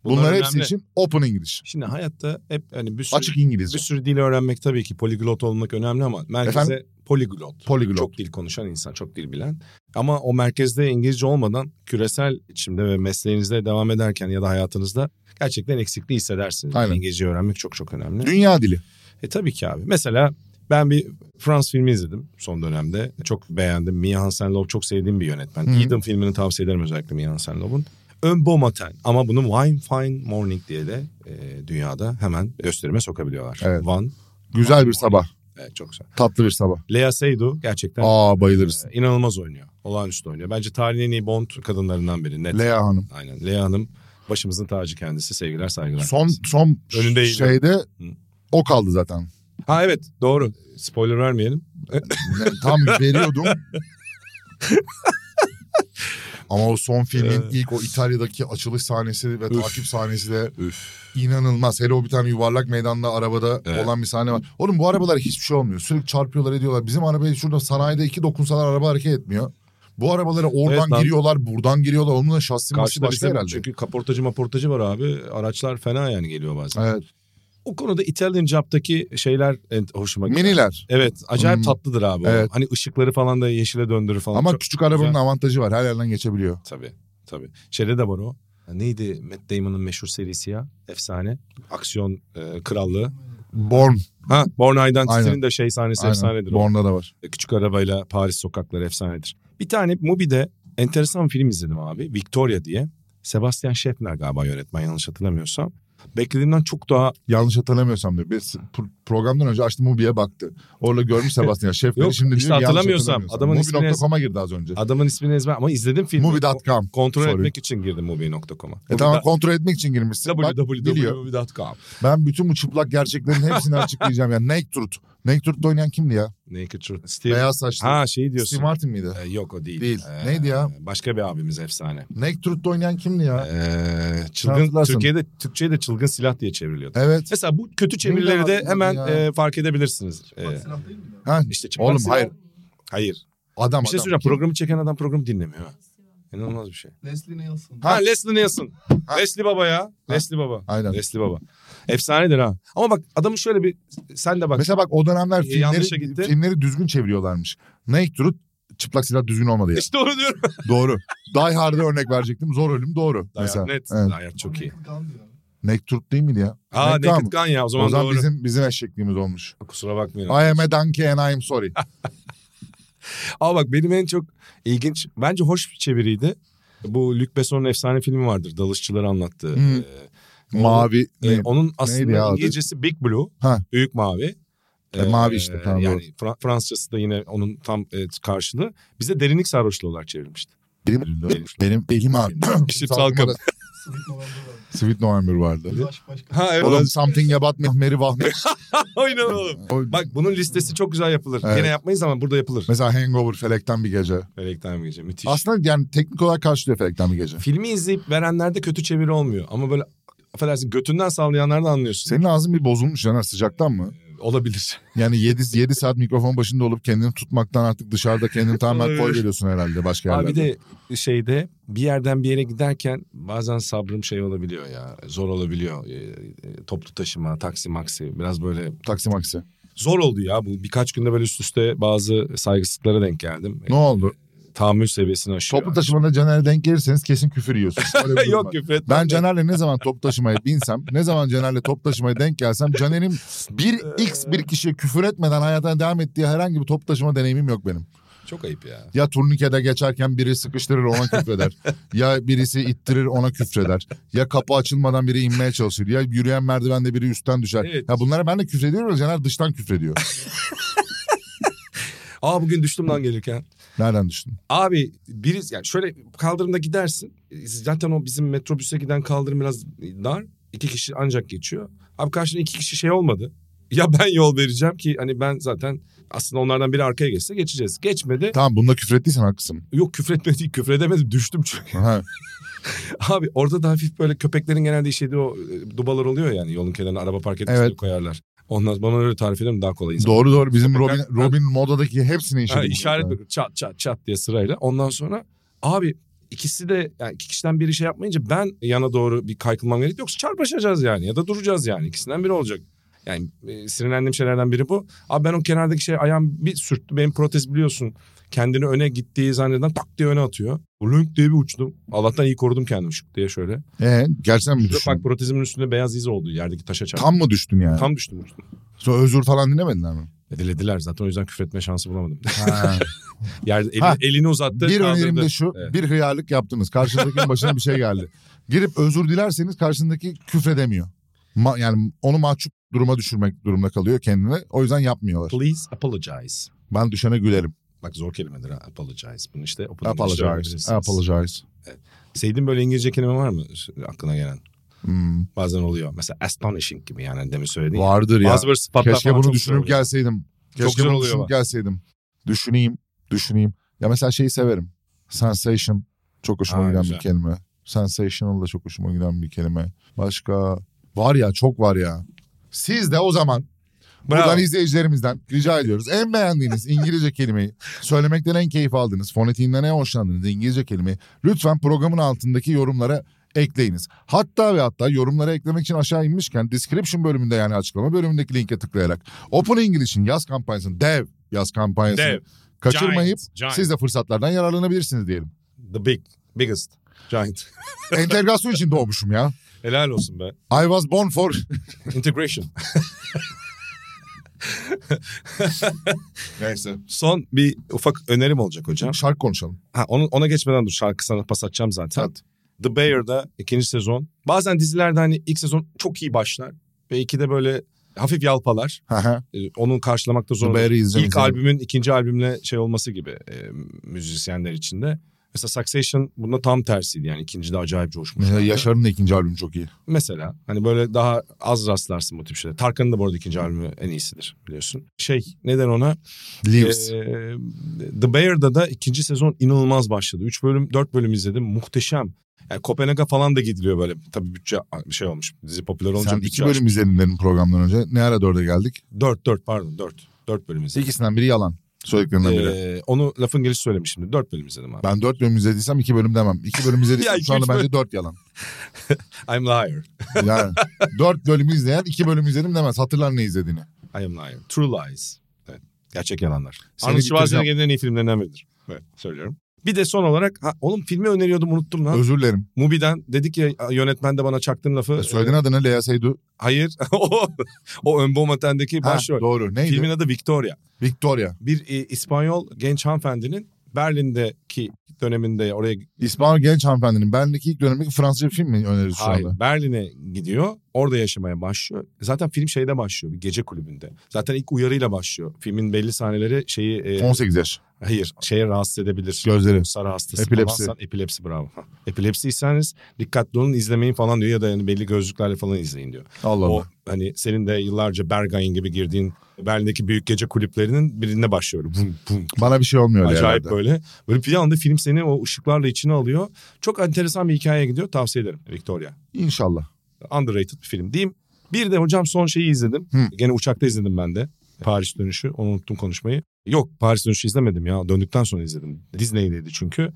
Bunlar, önemli. hepsi için open English. Şimdi hayatta hep hani bir sürü, Açık İngilizce. bir sürü dil öğrenmek tabii ki poliglot olmak önemli ama merkeze poliglot. Poliglot. Çok dil konuşan insan, çok dil bilen. Ama o merkezde İngilizce olmadan küresel içimde ve mesleğinizde devam ederken ya da hayatınızda gerçekten eksikliği hissedersiniz. Aynen. İngilizce öğrenmek çok çok önemli. Dünya dili. E tabii ki abi. Mesela ben bir Frans filmi izledim son dönemde. Çok beğendim. Mia Hansen-Löw çok sevdiğim bir yönetmen. Hı. Eden filmini tavsiye ederim özellikle Mia Hansen-Löw'un. Ön Bomaten ama bunu Wine Fine Morning diye de e, dünyada hemen gösterime sokabiliyorlar. Evet. Van. Güzel bir sabah. Evet, çok güzel. Tatlı bir sabah. Lea Seydoux gerçekten Aa bayılırız. e, inanılmaz oynuyor. Olağanüstü oynuyor. Bence tarihin en iyi Bond kadınlarından biri. Net. Lea Hanım. Aynen. Lea Hanım başımızın tacı kendisi. Sevgiler saygılar. Son son Önünde eğilim. şeyde o kaldı zaten. Ha evet doğru. Spoiler vermeyelim. Yani tam veriyordum. Ama o son filmin Evet. ilk o İtalya'daki açılış sahnesi ve Üf. takip sahnesi de Üf. inanılmaz. Hele o bir tane yuvarlak meydanda arabada Evet. olan bir sahne var. Oğlum bu arabalar hiçbir şey olmuyor. Sürekli çarpıyorlar ediyorlar. Bizim arabayı şurada sanayide iki dokunsalar araba hareket etmiyor. Bu arabalara oradan Evet lan. giriyorlar, buradan giriyorlar. Onunla şahsi maçı Karşıda başka bizim herhalde. çünkü kaportacı maportacı var abi. Araçlar fena yani geliyor bazen. Evet. O konuda Italian Job'daki şeyler en hoşuma gidiyor. Miniler. Evet acayip Hmm. tatlıdır abi. o. Evet. Hani ışıkları falan da yeşile döndürür falan. Ama Çok- küçük arabanın güzel. avantajı var. Her yerden geçebiliyor. Tabii tabii. Şeyde de var o. Neydi Matt Damon'ın meşhur serisi ya? Efsane. Aksiyon e, krallığı. Born. Ha Born Identity'nin Aynen. de şey sahnesi Aynen. efsanedir. o. Born'da da var. Küçük arabayla Paris sokakları efsanedir. Bir tane Mubi'de enteresan film izledim abi. Victoria diye. Sebastian Schaffner galiba yönetmen yanlış hatırlamıyorsam. Beklediğimden çok daha Yanlış hatırlamıyorsam diyor. Biz pro- programdan önce açtı Mubi'ye baktı. Orada görmüş Sebastian. Şefleri Yok, şimdi işte diyor ki yanlış hatırlamıyorsam. hatırlamıyorsam. Adamın ismini- Mubi.com'a girdi az önce. adamın ismini ezber ama izledim filmi. Mubi.com. Kontrol Sorry. etmek için girdim Mubi.com'a. E tamam kontrol etmek için girmişsin. Bak, biliyor. www.mubi.com Ben bütün bu çıplak gerçeklerin hepsini açıklayacağım. Yani Naked Truth. Naked Truth'ta oynayan kimdi ya? Naked Truth. Steve. Beyaz saçlı. Ha şeyi diyorsun. Steve Martin miydi? Ee, yok o değil. Değil. Ee, Neydi ya? Başka bir abimiz efsane. Naked Truth'ta oynayan kimdi ya? Ee, çılgın Hatırlarsın. Türkiye'de Türkçe'ye de çılgın silah diye çevriliyordu. Evet. Mesela bu kötü çevirileri de vardı hemen ya? e, fark edebilirsiniz. Ee, silah değil mi? Ha, işte çıplak oğlum silah- hayır. Hayır. Adam Bir şey adam. söyleyeceğim. Programı çeken adam programı dinlemiyor. ha. İnanılmaz bir şey. Leslie Nielsen. Ha, Leslie Nielsen. Ha. Leslie Baba ya. Leslie Baba. Aynen. Leslie Baba. Efsanedir ha. Ama bak adamın şöyle bir sen de bak. Mesela bak o dönemler E, yanlışa filmleri, gitti. filmleri düzgün çeviriyorlarmış. Naked Truth çıplak silah düzgün olmadı ya. İşte onu diyorum. doğru. Die Hard'a örnek verecektim. Zor ölüm doğru. Mesela. Hayat net. Evet. Hayat çok iyi. Gun diyor. Naked Truth değil miydi ya? Aa Naked Naked Gun. Gun ya o zaman, O zaman doğru. bizim bizim eşekliğimiz olmuş. Kusura bakmayın. I am a donkey and I am sorry. Aa bak benim en çok ilginç bence hoş bir çeviriydi. Bu Luc Besson'un efsane filmi vardır. Dalışçıları anlattığı. Hmm. Ee, Mavi. e, ne? onun aslında ya adı? İngilizcesi Big Blue. Ha. Büyük mavi. Ee, E, mavi işte, tamam, Yani Fra- Fransızcası da yine onun tam e, karşılığı. Bize derinlik sarhoşluğular çevirmişti. Benim, benim elim abi. İşte salkım. Sweet Sweet November var. November vardı. Baş başka. Ha evet. Oğlum something about Mehmeri Vahmet. Aynen oğlum. O- Bak bunun listesi çok güzel yapılır. Evet. Yine yapmayız ama burada yapılır. Mesela Hangover Felekten bir gece. Melekten bir gece müthiş. Aslında yani teknik olarak karşılıyor Felekten bir gece. Filmi izleyip verenlerde kötü çeviri olmuyor. Ama böyle affedersin götünden sallayanlarda anlıyorsun. Senin ağzın bir bozulmuş Caner sıcaktan mı? Olabilir. Yani 7, 7 saat mikrofon başında olup kendini tutmaktan artık dışarıda kendini tamamen koy veriyorsun herhalde başka yerlerde. Abi de şeyde bir yerden bir yere giderken bazen sabrım şey olabiliyor ya. Zor olabiliyor. Ee, e, toplu taşıma, taksi maksi biraz böyle Taksi maksi. zor oldu ya. Bu birkaç günde böyle üst üste bazı saygısızlıklara denk geldim. E, Ne oldu? Tahammül seviyesini aşıyor. Toplu taşımada Caner'e denk gelirseniz kesin küfür yiyorsun. Öyle bir durum var. Yok küfür etmem Ben de. Caner'le ne zaman top taşımaya binsem, ne zaman Caner'le top taşımaya denk gelsem Caner'in bir x bir kişiye küfür etmeden hayatına devam ettiği herhangi bir top taşıma deneyimim yok benim. Çok ayıp ya. Ya turnikede geçerken biri sıkıştırır ona küfreder. ya birisi ittirir ona küfreder. Ya kapı açılmadan biri inmeye çalışır. Ya yürüyen merdivende biri üstten düşer. Evet. Ya bunlara ben de küfrediyorum Caner dıştan küfrediyor. Aa bugün düştüm lan gelirken. Nereden düştün? Abi biriz yani şöyle kaldırımda gidersin. Zaten o bizim metrobüse giden kaldırım biraz dar. İki kişi ancak geçiyor. Abi karşına iki kişi şey olmadı. ya ben yol vereceğim ki hani ben zaten aslında onlardan biri arkaya geçse geçeceğiz. Geçmedi. Tamam bunda küfür ettiysen haklısın. Yok küfretmedi değil küfredemedim düştüm çünkü. Ha, Abi orada da hafif böyle köpeklerin genelde işlediği o e, dubalar oluyor yani yolun kenarına araba park etmesine Evet. koyarlar. Onlar bana öyle tarif ederim daha kolay. insan. doğru doğru bizim Köpekler- Robin, Robin modadaki hepsini Ha, işledik. işaret böyle çat çat çat diye sırayla. Ondan sonra abi ikisi de yani iki kişiden biri şey yapmayınca ben yana doğru bir kaykılmam gerek yoksa çarpışacağız yani ya da duracağız yani ikisinden biri olacak. Yani e, sinirlendiğim şeylerden biri bu. Abi ben o kenardaki şey ayağım bir sürttü. Benim protez biliyorsun. Kendini öne gittiği zanneden tak diye öne atıyor. Lünk diye bir uçtum. Allah'tan iyi korudum kendimi şık diye şöyle. Ee, gerçekten mi Şurada bak düştün? protezimin üstünde beyaz iz oldu yerdeki taşa çarptı. Tam mı düştün yani? Tam düştüm üstüne. Sonra özür falan dinlemediler mi? Dilediler zaten o yüzden küfretme şansı bulamadım. Ha. Yerde elini, Ha, elini uzattı. bir kaldırdı. önerim de şu. Evet. Bir hıyarlık yaptınız. Karşındakinin başına bir şey geldi. Girip özür dilerseniz karşındaki küfredemiyor. Ma- yani onu mahcup duruma düşürmek durumunda kalıyor kendine. O yüzden yapmıyorlar. Please apologize. Ben düşene gülerim. Bak zor kelimedir ha apologize. Bunu işte okulda Apologize. öğrenirsiniz. Apologize. Seyit'in böyle İngilizce kelime var mı aklına gelen? Hmm, Bazen oluyor. Mesela astonishing gibi yani hani demin söylediğin. vardır ya. Bazı böyle sıfatlar Keşke falan bunu çok düşünüp güzel oluyor. gelseydim. Çok Keşke güzel bunu oluyor düşünüp bak. gelseydim. Düşüneyim, düşüneyim. Ya mesela şeyi severim. Sensation çok hoşuma Aa, giden güzel. bir kelime. Sensational da çok hoşuma giden bir kelime. Başka var ya çok var ya. Siz de o zaman Bravo. buradan izleyicilerimizden rica ediyoruz. En beğendiğiniz İngilizce kelimeyi, söylemekten en keyif aldığınız, fonetiğinden en hoşlandığınız İngilizce kelimeyi lütfen programın altındaki yorumlara ekleyiniz. Hatta ve hatta yorumlara eklemek için aşağı inmişken description bölümünde yani açıklama bölümündeki linke tıklayarak Open English'in yaz kampanyasını dev yaz kampanyasını Dev. kaçırmayıp Giant, giant. siz de fırsatlardan yararlanabilirsiniz diyelim. The big, biggest, giant. Entegrasyon için doğmuşum ya. Helal olsun be. I was born for Integration. neyse. Son bir ufak önerim olacak hocam. Şarkı konuşalım. Ha, onu, ona geçmeden dur şarkı sana pas atacağım zaten. At. The Bear'da ikinci sezon. Bazen dizilerde hani ilk sezon çok iyi başlar. Ve iki de böyle hafif yalpalar. Hı hı. Ee, Onun karşılamakta The zor. Bear'ı izleyeceğim. İlk albümün ikinci albümle şey olması gibi e, müzisyenler içinde. Mesela Succession bunda tam tersiydi yani ikinci de acayip coşmuş. Mesela Yaşar'ın da ikinci albümü çok iyi. Mesela hani böyle daha az rastlarsın bu tip şeyler. Tarkan'ın da bu arada ikinci albümü en iyisidir biliyorsun. Şey neden ona? Leaves. Ee, The Bear'da da ikinci sezon inanılmaz başladı. Üç bölüm, dört bölüm izledim. Muhteşem. Yani Kopenhag'a falan da gidiliyor böyle. Tabii bütçe şey olmuş. Dizi popüler olunca Sen bütçe iki bölüm izledin dedim programdan önce. Ne ara dörde geldik? aşmış. Dört, dört pardon dört. Dört bölüm izledim. İkisinden biri yalan. Söylediklerinden biri. Ee, onu lafın gelişi söylemiştim. Dört bölüm izledim abi. Ben dört bölüm izlediysem iki bölüm demem. İki bölüm Ya izlediysem iki, şu anda üç bence dört yalan. I'm liar. Yani dört bölümü izleyen iki bölüm izledim demez. Hatırlar ne izlediğini. I am liar. True lies. Evet. Gerçek yalanlar. Seni Arnold bitireceğim. Schwarzenegger'in en iyi filmlerinden biridir. Evet söylüyorum. Bir de son olarak ha, oğlum filmi öneriyordum unuttum lan. Özür dilerim. Mubi'den dedik ya yönetmen de bana çaktığın lafı. e, Söylediğin adı ne? Lea Seydoux. Hayır. o, o Ön Bomaten'deki Ha, başrol. doğru. Neydi? Filmin adı Victoria. Victoria. Bir e, İspanyol genç hanımefendinin Berlin'deki döneminde oraya İspanyol genç hanımefendinin bendeki ilk dönemdeki Fransızca bir film mi öneririz şu Hayır, anda? Berlin'e gidiyor. Orada yaşamaya başlıyor. Zaten film şeyde başlıyor. Bir gece kulübünde. Zaten ilk uyarıyla başlıyor. Filmin belli sahneleri şeyi e, 18 yaş. hayır, şeye rahatsız edebilir. Gözleri. Sarı hastası Epilepsi. falansan epilepsi bravo. Ha. Epilepsiyseniz dikkatli olun izlemeyin falan diyor ya da yani belli gözlüklerle falan izleyin diyor. Allah O Allah. hani senin de yıllarca Berghain gibi girdiğin Berlin'deki büyük gece kulüplerinin birinde başlıyor. Vum, vum, Bana bir şey olmuyor öyle Acayip herhalde. böyle. Böyle bir anda film seni o ışıklarla içine alıyor. Çok enteresan bir hikayeye gidiyor. Tavsiye ederim Victoria İnşallah. underrated bir film diyeyim. Bir de hocam son şeyi izledim. Hı. Gene uçakta izledim ben de. Paris dönüşü. Onu unuttum konuşmayı. Yok Paris dönüşü izlemedim ya. Döndükten sonra izledim. Disney'deydi çünkü.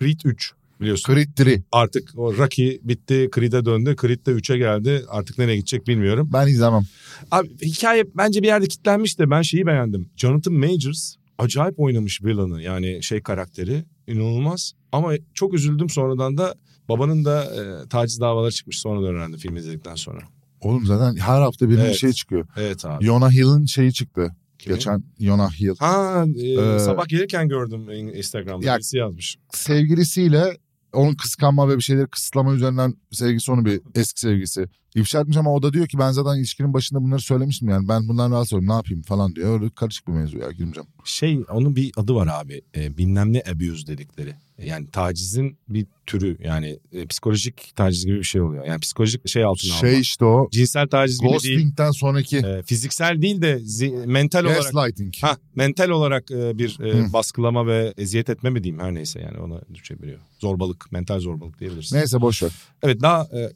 Creed 3 biliyorsun. Creed 3. Artık o Rocky bitti. Creed'e döndü. Creed de 3'e geldi. Artık nereye gidecek bilmiyorum. Ben izlemem. Abi hikaye bence bir yerde kilitlenmiş de ben şeyi beğendim. Jonathan Majors acayip oynamış villain'ı yani şey karakteri inanılmaz. Ama çok üzüldüm sonradan da babanın da e, taciz davaları çıkmış sonradan öğrendim film izledikten sonra. Oğlum zaten her hafta birinin Evet. şeyi çıkıyor. Evet abi. Jonah Hill'in şeyi çıktı. Kimi? Geçen Jonah Hill. Ha e, Ee, sabah gelirken gördüm in- Instagram'da Ya- birisi yazmış. sevgilisiyle onun kıskanma ve bir şeyleri kısıtlama üzerinden sevgisi onu bir eski sevgisi İfşa etmiş ama o da diyor ki ben zaten ilişkinin başında bunları söylemiştim yani ben bundan rahatsız oluyorum ne yapayım falan diyor. Öyle karışık bir mevzu ya girmeyeceğim. Şey onun bir adı var abi. E, bilmem ne abuse dedikleri. Yani tacizin bir türü yani e, psikolojik taciz gibi bir şey oluyor. Yani psikolojik şey altına alma. Şey işte o Cinsel taciz gibi değil. ghosting'den sonraki E, fiziksel değil de zi- mental olarak. gaslighting. Ha, mental olarak e, bir e, Hı. baskılama ve eziyet etme mi diyeyim her neyse yani ona düşebiliyor. Zorbalık, mental zorbalık diyebilirsin. Neyse boş ver. Evet daha e,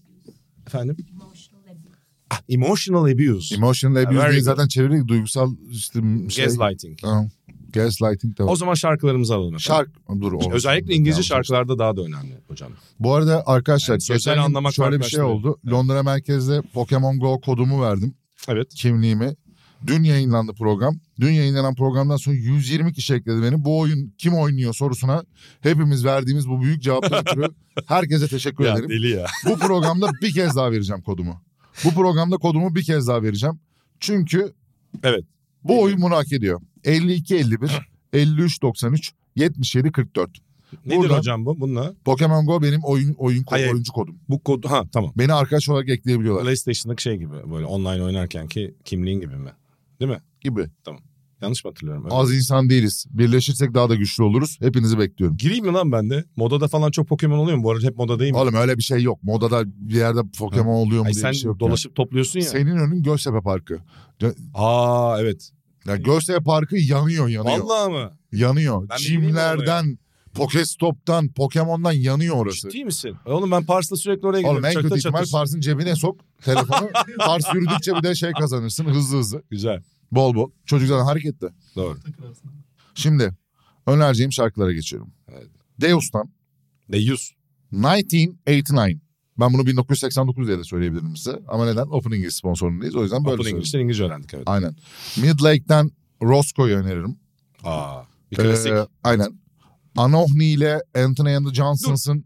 efendim ah, emotional abuse, Emotional abuse Very good. değil, zaten çeviri duygusal işte şey. gaslighting. Aha. Gaslighting de var. O zaman şarkılarımızı alalım. efendim. Şark dur o- Özellikle İngilizce Yanlış. şarkılarda daha da önemli hocam. Bu arada arkadaşlar Yani geçen sözleri gün anlamak şöyle bir şey farklılaştırıyor. oldu. Londra merkezde Pokemon Go kodumu verdim. Evet. Kimliğimi. Dün yayınlandı program. Dün yayınlanan programdan sonra 120 kişi ekledi beni. Bu oyun kim oynuyor sorusuna hepimiz verdiğimiz bu büyük cevaptan ötürü herkese teşekkür ederim. deli ya. Bu programda bir kez daha vereceğim kodumu. Bu programda kodumu bir kez daha vereceğim. Çünkü Evet. bu oyun bunu hak ediyor. 52 51 53 93 77 44. Nedir Buradan- hocam bu? Bununla Pokemon Go benim oyun oyun ko- Hayır. oyuncu kodum. bu kod ha tamam. Beni arkadaş olarak ekleyebiliyorlar PlayStation'daki şey gibi böyle online oynarken ki kimliğin gibi mi? Değil mi? gibi. Yanlış mı hatırlıyorum? Evet. Az insan değiliz. Birleşirsek daha da güçlü oluruz. Hepinizi bekliyorum. Gireyim mi lan ben de? Modada falan çok Pokemon oluyor mu? Bu arada hep moda değil mi? Oğlum öyle bir şey yok. Modada bir yerde Pokemon oluyor mu Ay diye sen bir şey yok. dolaşıp topluyorsun ya. yani. Senin önün Göztepe Parkı. Aa evet. Ya Göztepe Parkı yanıyor yanıyor. Vallahi mı? Yanıyor. Ben bilmiyorum Jimlerden, Pokestop'tan, Pokemon'dan yanıyor orası. Ciddi misin? E Oğlum ben Pars'la sürekli oraya gidiyorum. Oğlum en Çatır kötü çatır. ihtimal Pars'ın cebine sok telefonu. Pars yürüdükçe bir de şey kazanırsın hızlı hızlı. Güzel. Bol bol. Çocuk zaten hareketli. Doğru. Takılarsın. Şimdi önereceğim şarkılara geçiyorum. Evet. Deus'tan De 100. 1989. Ben bunu 1989 diye de söyleyebilirim size. Ama neden? Open English sponsorundayız. O yüzden böyle Open söylüyorum. English'ten İngilizce öğrendik evet. Aynen. Midlake'den Roscoe'yu öneririm. Aa. Bir klasik. Ee, aynen. Anohni ile Anthony and the Johnsons'ın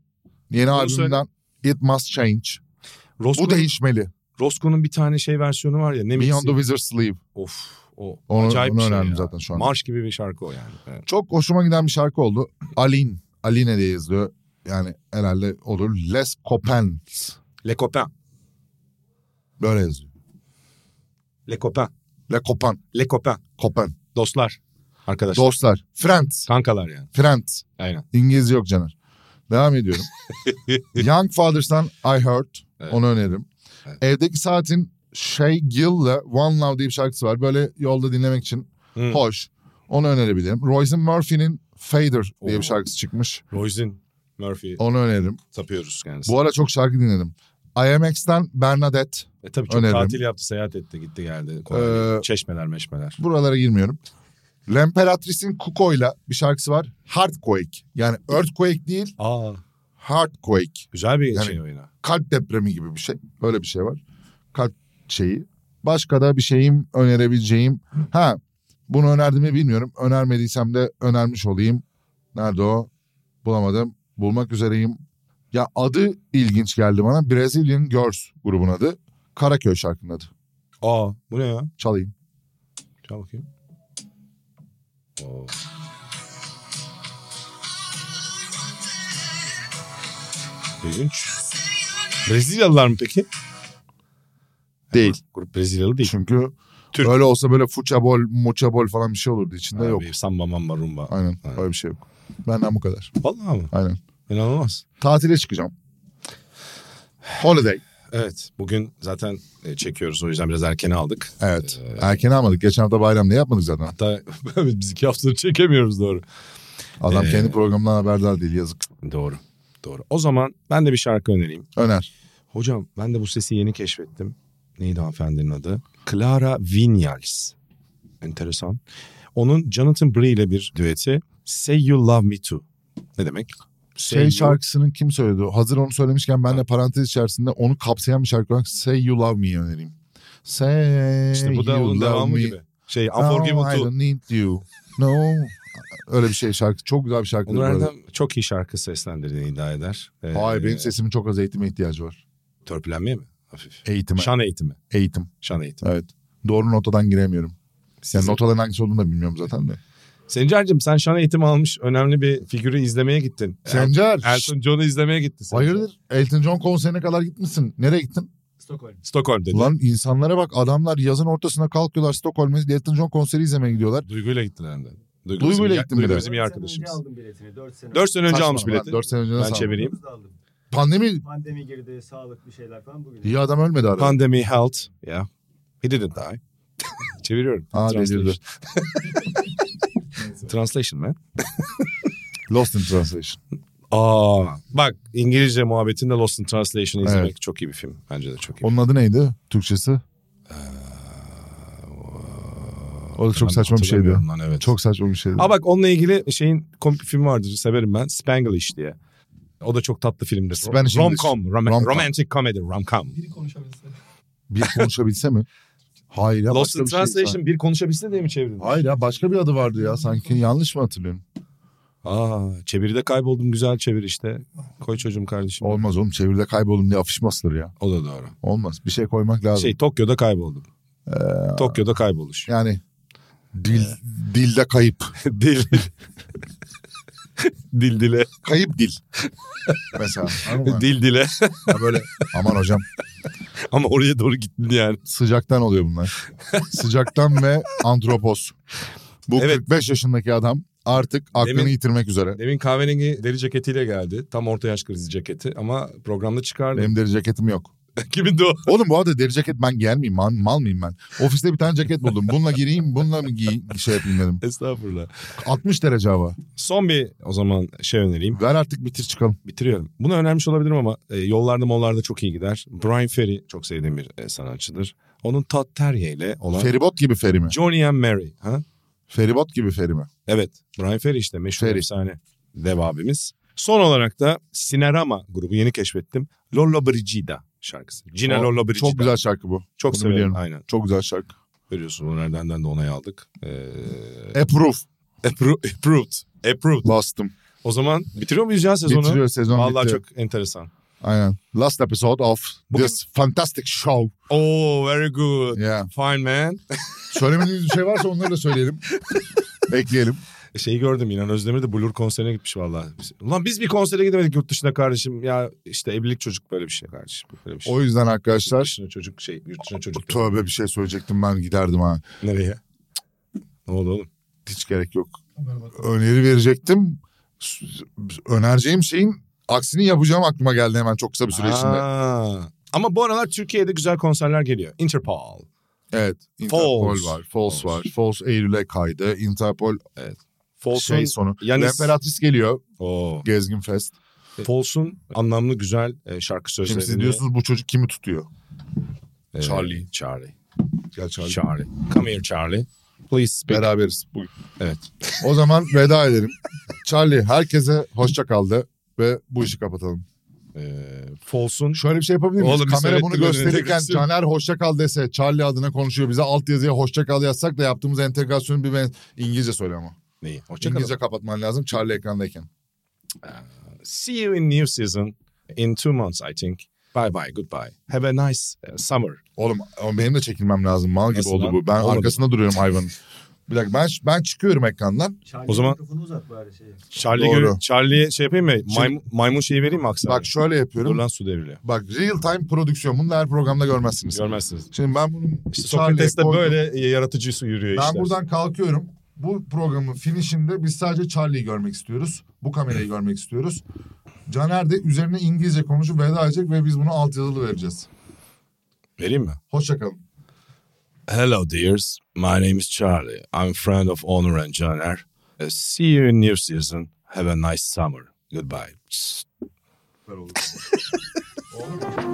yeni albümünden söyle. It Must Change. Bu Roscoe'nun, değişmeli. Roscoe'nun bir tane şey versiyonu var ya. Ne Beyond mixi? the Wizard's Sleeve. Of. O Onu, acayip onu bir şey önerdim ya. zaten şu an. Marş gibi bir şarkı o yani. Evet. Çok hoşuma giden bir şarkı oldu. Aline. Aline diye yazılıyor. Yani herhalde olur. Les Copens. Le Copain. Böyle yazıyor. Le Copain. Le Copan. Le Copain. Copan. Dostlar. Arkadaşlar. Dostlar. Friends. Kankalar yani. Friends. Aynen. İngilizce yok Caner. Devam ediyorum. Young Fathers'tan I Heard. Evet. Onu öneririm. Evet. Evdeki Saat'in Shay Gill'le One Love diye bir şarkısı var. Böyle yolda dinlemek için Hı. hoş. Onu önerebilirim. Royce Murphy'nin Fader diye Oo. bir şarkısı çıkmış. Roisin Murphy. Onu öneririm. Tapıyoruz kendisi. Bu ara çok şarkı dinledim. IMX'den Bernadette. E tabii çok Öneririm. tatil yaptı, seyahat etti, gitti geldi. Kolay Ee, değil. Çeşmeler, meşmeler. Buralara girmiyorum. L'Emperatrice'in Kuko'yla bir şarkısı var. Heartquake. Yani Earthquake değil, Aa, Heartquake. güzel bir Yani- şey oyna. kalp depremi gibi bir şey. Öyle bir şey var. Kalp şeyi. Başka da bir şeyim önerebileceğim. Ha bunu önerdim mi bilmiyorum. Önermediysem de önermiş olayım. Nerede o? Bulamadım. Bulmak üzereyim. Ya adı ilginç geldi bana. Brazilian Girls grubun adı. Karaköy şarkının adı. Aa, bu ne ya? Çalayım. Çal bakayım. Oo. İlginç. Brezilyalılar mı peki? Değil. Grup Brezilyalı değil. Çünkü Türk. öyle olsa böyle fuçabol, muçabol falan bir şey olurdu. içinde Ha, yok. bir Samba mamba rumba. Aynen. Aynen. Öyle bir şey yok. Benden bu kadar. Vallahi mı? Aynen. İnanılmaz. Tatile çıkacağım. Holiday. Evet. Bugün zaten e, çekiyoruz. O yüzden biraz erken aldık. Evet. Ee, Erken almadık. Geçen hafta bayramda yapmadık zaten. Hatta biz iki haftadır çekemiyoruz doğru. Adam Ee, kendi programından haberdar değil yazık. Doğru. Doğru. O zaman ben de bir şarkı önereyim. Öner. Hocam ben de bu sesi yeni keşfettim. Neydi hanımefendinin adı? Clara Vinyals. Enteresan. Onun Jonathan Bray ile bir düeti. Say You Love Me Too. Ne demek? Say Şey You- şarkısının kim söyledi? Hazır onu söylemişken ben de parantez içerisinde onu kapsayan bir şarkı olarak Say You Love Me'yi önereyim. Say İşte bu da You onun Love devamı Me. gibi. Şey No, Unforgivable I Too. don't need you. No. Öyle bir şey şarkı. Çok güzel bir şarkı. Onur Erdem çok iyi şarkı seslendirdiğini iddia eder. Ee, Hayır benim sesimin çok az eğitime ihtiyacı var. Törpülenmeye mi? Hafif. Eğitime. Şan eğitimi. Eğitim. Şan eğitimi. Evet. Doğru notadan giremiyorum. Yani Sizin- notaların hangisi olduğunu da bilmiyorum zaten de. Sencer'cim sen şan eğitimi almış önemli bir figürü izlemeye gittin. Sencer. Elton John'u izlemeye gitti. Sencer. Hayırdır? Elton John konserine kadar gitmişsin. Nereye gittin? Stockholm. Stockholm dedi. Ulan insanlara bak adamlar yazın ortasına kalkıyorlar Stockholm'e Elton John konseri izlemeye gidiyorlar. Duyguyla gittiler hem de. Duygu, Duygu'yla bizim- gittim Duygu bir de. bizim iyi Dört sene arkadaşımız. Önce aldım biletini. 4 sene. 4 sene önce almış Saçmalama, bileti. ben Dört sene önce Ben nasıl aldım? çevireyim. Dokuzda aldım. Pandemi Pandemi girdi, sağlık bir şeyler falan bugün. iyi adam ölmedi arada. Pandemi health. Yeah. He didn't die. Çeviriyorum. Ha, delirdi. Translation man. Lost in Translation. Aa, bak İngilizce muhabbetinde Lost in Translation'ı izlemek Evet. çok iyi bir film. Bence de çok iyi. Onun adı neydi Türkçesi? O da çok saçma bir şeydi. Hatırlamıyorum Lan, evet. Çok saçma bir şeydi. Aa bak onunla ilgili şeyin komik bir filmi vardır severim ben. Spanglish diye. O da çok tatlı filmdir. Spanish Rom-com, rom- Rom-com. romantic comedy, rom-com. Biri konuşabilse. Bir konuşabilse mi? Hayır ya Lost başka in bir şey Translation bir konuşabilse diye mi çevirdin? Hayır ya başka bir adı vardı ya sanki yanlış mı hatırlıyorum? Aa, çeviride kayboldum güzel çevir işte. Koy çocuğum kardeşim. O, Olmaz oğlum çeviride kayboldum diye afiş mi asılır ya? da doğru. Olmaz bir şey koymak lazım. Şey Tokyo'da kayboldum. Tokyo'da kayboluş. Yani dil Ee. dilde kayıp. Dil. Dil dile. Kayıp dil. Mesela. anladın mı? Dil dile. Ya böyle aman hocam Ama oraya doğru gittin yani. sıcaktan oluyor bunlar. Sıcaktan ve antropos. Bu Evet. 45 yaşındaki adam artık aklını Demin- yitirmek üzere. Demin kahverengi deri ceketiyle geldi. Tam orta yaş krizi ceketi ama programda çıkardı. Benim deri ceketim yok. Kimin de o? Oğlum bu arada deri ceket ben giyer miyim? Man, mal mıyım ben? Ofiste bir tane ceket buldum. Bununla gireyim, bununla mı giyeyim? Şey yapayım dedim. Estağfurullah. 60 derece hava. Son bir o zaman şey önereyim. Ver artık bitir çıkalım. Bitiriyorum. Bunu önermiş olabilirim ama e, yollarda mollarda çok iyi gider. Brian Ferry çok sevdiğim bir e, sanatçıdır. Onun Todd Terje ile olan Feribot gibi feri mi? Johnny and Mary. Ha? Feribot gibi feri mi? Evet. Brian Ferry işte meşhur Ferry. efsane dev abimiz. Son olarak da Sinerama grubu yeni keşfettim. Lollo Brigida şarkısı. Gina O Lollo Brigida. Çok güzel şarkı bu. Çok Bunu severim. biliyorum. Aynen. Çok güzel şarkı. Görüyorsun onlardan de onay aldık. Ee, Approve. appro- approved. Approved. Last'ım. O zaman bitiriyor muyuz ya sezonu? Bitiriyor sezon Vallahi bitti. çok enteresan. Aynen. Last episode of Bugün- this fantastic show. Oh very good. Yeah. Fine man. Söylemediğiniz bir şey varsa onları da söyleyelim. Ekleyelim. Şeyi gördüm İnan Özdemir de Blur konserine gitmiş vallahi. Ulan biz bir konsere gidemedik yurt dışına kardeşim. Ya işte evlilik çocuk böyle bir şey kardeşim. Böyle bir şey. O yüzden Yurt arkadaşlar dışına çocuk şey yurt dışına çocuk. tövbe bir şey söyleyecektim ben giderdim ha. Nereye? Ne oldu oğlum? Hiç gerek yok. Haber bak. Öneri verecektim. S- Önereceğim şeyin aksini yapacağım aklıma geldi hemen çok kısa bir süre içinde. Aa. Ama bu aralar Türkiye'de güzel konserler geliyor. Interpol. Evet. Interpol False. var. False var. False Eylül'e kaydı. Interpol Folsun. şey sonu. yani- Şey Imperatrice geliyor. Oo. Gezgin Fest. Folsun anlamlı güzel e, şarkı sözleri. Şimdi siz diyorsunuz bu çocuk kimi tutuyor? Charlie. Charlie. Gel Charlie. Charlie. Come here Charlie. Please speak. Beraberiz bugün. Evet. O zaman veda edelim. Charlie herkese hoşça kaldı ve bu işi kapatalım. Ee, Folsun. Şöyle bir şey yapabilir miyiz? Oğlum bir Kamera bunu seyrettim, gösterirken entegrasyon. Caner hoşça kal dese Charlie adına konuşuyor. Bize alt yazıya hoşça kal yazsak da yaptığımız entegrasyonu bir ben İngilizce söyle ama. Neyi? Hoşçakalın. İngilizce kapatman lazım Charlie ekrandayken. See you in new season in two months I think. Bye bye goodbye. Have a nice uh, summer. Oğlum ama benim de çekilmem lazım. Mal gibi Nasıl oldu lan? bu. Ben Olmadı. arkasında duruyorum hayvanın. Bir dakika ben, ben çıkıyorum ekrandan. Charlie O zaman- mikrofonu uzat bari şey. Charlie Doğru. gö- Charlie'ye şey yapayım mı? Maymun, maymun şeyi vereyim mi aksana? Bak şöyle Dur yapıyorum. lan su devriliyor. Bak real time prodüksiyon. Bunu da her programda görmezsiniz. Görmezsiniz. Şimdi ben bunun İşte Charlie'ye Sokrates'te koydum. böyle e, yaratıcı su yürüyor Ben işler. buradan kalkıyorum. Bu programın finişinde biz sadece Charlie'yi görmek istiyoruz. Bu kamerayı görmek istiyoruz. Caner de üzerine İngilizce konuşup veda edecek ve biz bunu altyazılı vereceğiz. Vereyim mi? Hoşçakalın. Hello, dears. My name is Charlie. I'm friend of Honor and Janer. Uh, see you in new season. Have a nice summer. Goodbye. Olur mu?